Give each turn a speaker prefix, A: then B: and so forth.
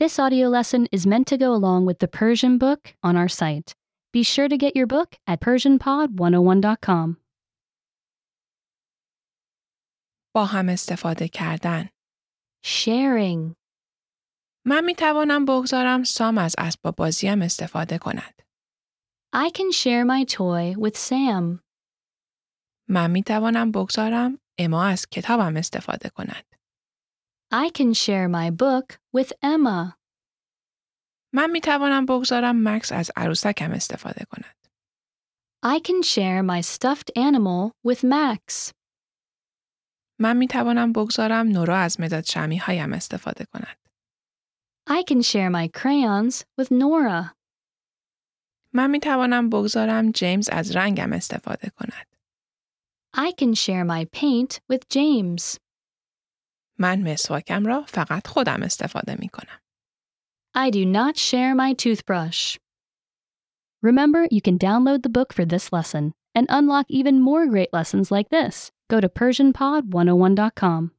A: This audio lesson is meant to go along with the Persian book on our site. Be sure to get your book at PersianPod101.com.
B: با هم استفاده کردن
C: sharing,
B: من می توانم بگذارم سام از اسباب بازیم استفاده کند.
A: I can share my toy with Sam.
B: من می توانم بگذارم اما از کتابم استفاده کند.
A: I can share my book with Emma.
B: من می توانم بگذارم مکس از عروسکم استفاده کند.
A: I can share my stuffed animal with Max.
B: من می توانم بگذارم نورا از مداد شمی هایم استفاده کند.
A: I can share my crayons with Nora.
B: من می توانم بگذارم جیمز از رنگم استفاده کند.
A: I can share my paint with James.
B: من مسواکم را فقط خودم استفاده می کنم.
A: I do not share my toothbrush. Remember, you can download the book for this oh lesson and unlock even more great lessons like this. Go to PersianPod101.com.